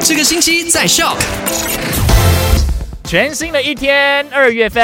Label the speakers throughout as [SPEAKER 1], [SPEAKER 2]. [SPEAKER 1] 这个星期在 Shock。
[SPEAKER 2] 全新的一天，二月份，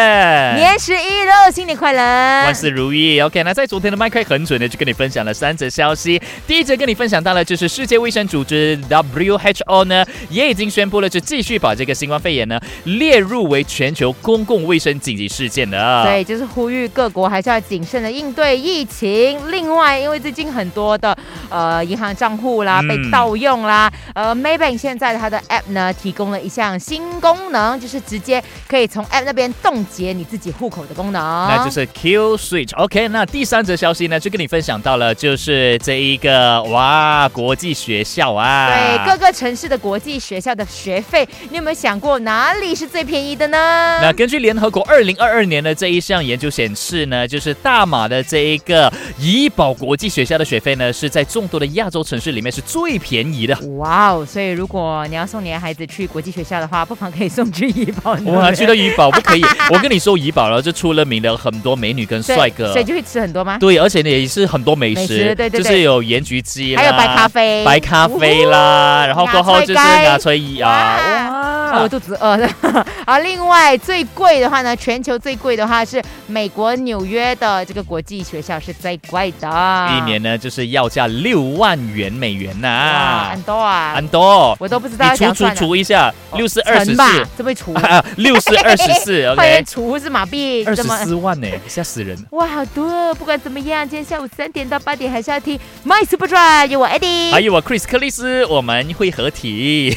[SPEAKER 3] 年十一喽，新年快乐！
[SPEAKER 2] 万事如意。OK，那在昨天的麦克很准的就跟你分享了三则消息。第一则跟你分享到了，就是世界卫生组织 WHO 呢也已经宣布了，就继续把这个新冠肺炎呢列入为全球公共卫生紧急事件的。
[SPEAKER 3] 对，就是呼吁各国还是要谨慎的应对疫情。另外，因为最近很多的呃银行账户啦
[SPEAKER 2] 嗯
[SPEAKER 3] 被盗用啦，呃，Maybank 现在它的 App 呢提供了一项新功能，就是直接可以从 App 那边冻结你自己户口的功能。
[SPEAKER 2] 那就是 Q Switch。OK，那第三则消息呢，就跟你分享到了，就是这一个哇，国际学校啊，
[SPEAKER 3] 对各个城市的国际学校的学费，你有没有想过哪里是最便宜的呢？
[SPEAKER 2] 那根据联合国二零二二年的这一项研究显示呢，就是大马的这一个怡保国际学校的学费呢，是在众多的亚洲城市里面是最便宜的。
[SPEAKER 3] 哇哦！所以如果你要送你的孩子去国际学校的话，不妨可以送去怡保那边。
[SPEAKER 2] 哇，去到怡保不可以，我跟你说，怡保然后就出了名的很多美女跟
[SPEAKER 3] 对
[SPEAKER 2] 帅哥
[SPEAKER 3] 所，以就会吃很多吗？
[SPEAKER 2] 对，而且呢也是很多美食，
[SPEAKER 3] 美食对对
[SPEAKER 2] 就是有盐焗鸡啦，
[SPEAKER 3] 还有白咖啡，哦
[SPEAKER 2] 白咖啡啦，然后过后就是
[SPEAKER 3] 芽
[SPEAKER 2] 拿
[SPEAKER 3] 菜
[SPEAKER 2] 吹衣啊，
[SPEAKER 3] 啊我
[SPEAKER 2] 哇，
[SPEAKER 3] 肚子饿了。 好，另外最贵的话呢，全球最贵的话是美国纽约的这个国际学校是最贵的，
[SPEAKER 2] 一年呢就是要价六万元美元呐、
[SPEAKER 3] 哇，很多啊，
[SPEAKER 2] 安多，
[SPEAKER 3] 我都不知道要
[SPEAKER 2] 你
[SPEAKER 3] 怎
[SPEAKER 2] 除除
[SPEAKER 3] 样算了。哦
[SPEAKER 2] 除一下，六四二十
[SPEAKER 3] 乘吧
[SPEAKER 2] 四，
[SPEAKER 3] 这么除，
[SPEAKER 2] 六四二十 四
[SPEAKER 3] 换
[SPEAKER 2] ，OK，
[SPEAKER 3] 成除是马币，
[SPEAKER 2] 二
[SPEAKER 3] 这
[SPEAKER 2] 十
[SPEAKER 3] 么
[SPEAKER 2] 四万呢、吓死人！
[SPEAKER 3] 哇，好多！不管怎么样，今天下午三点到八点还是要听 My Super Drive，有我 Eddie，、
[SPEAKER 2] 还有我啊 Chris 克里斯，我们会合 体，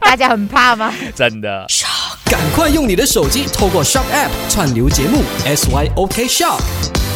[SPEAKER 3] 大家很怕吗？
[SPEAKER 2] 真的。
[SPEAKER 1] 赶快用你的手机透过 Shock App 串流节目 SYOK Shock。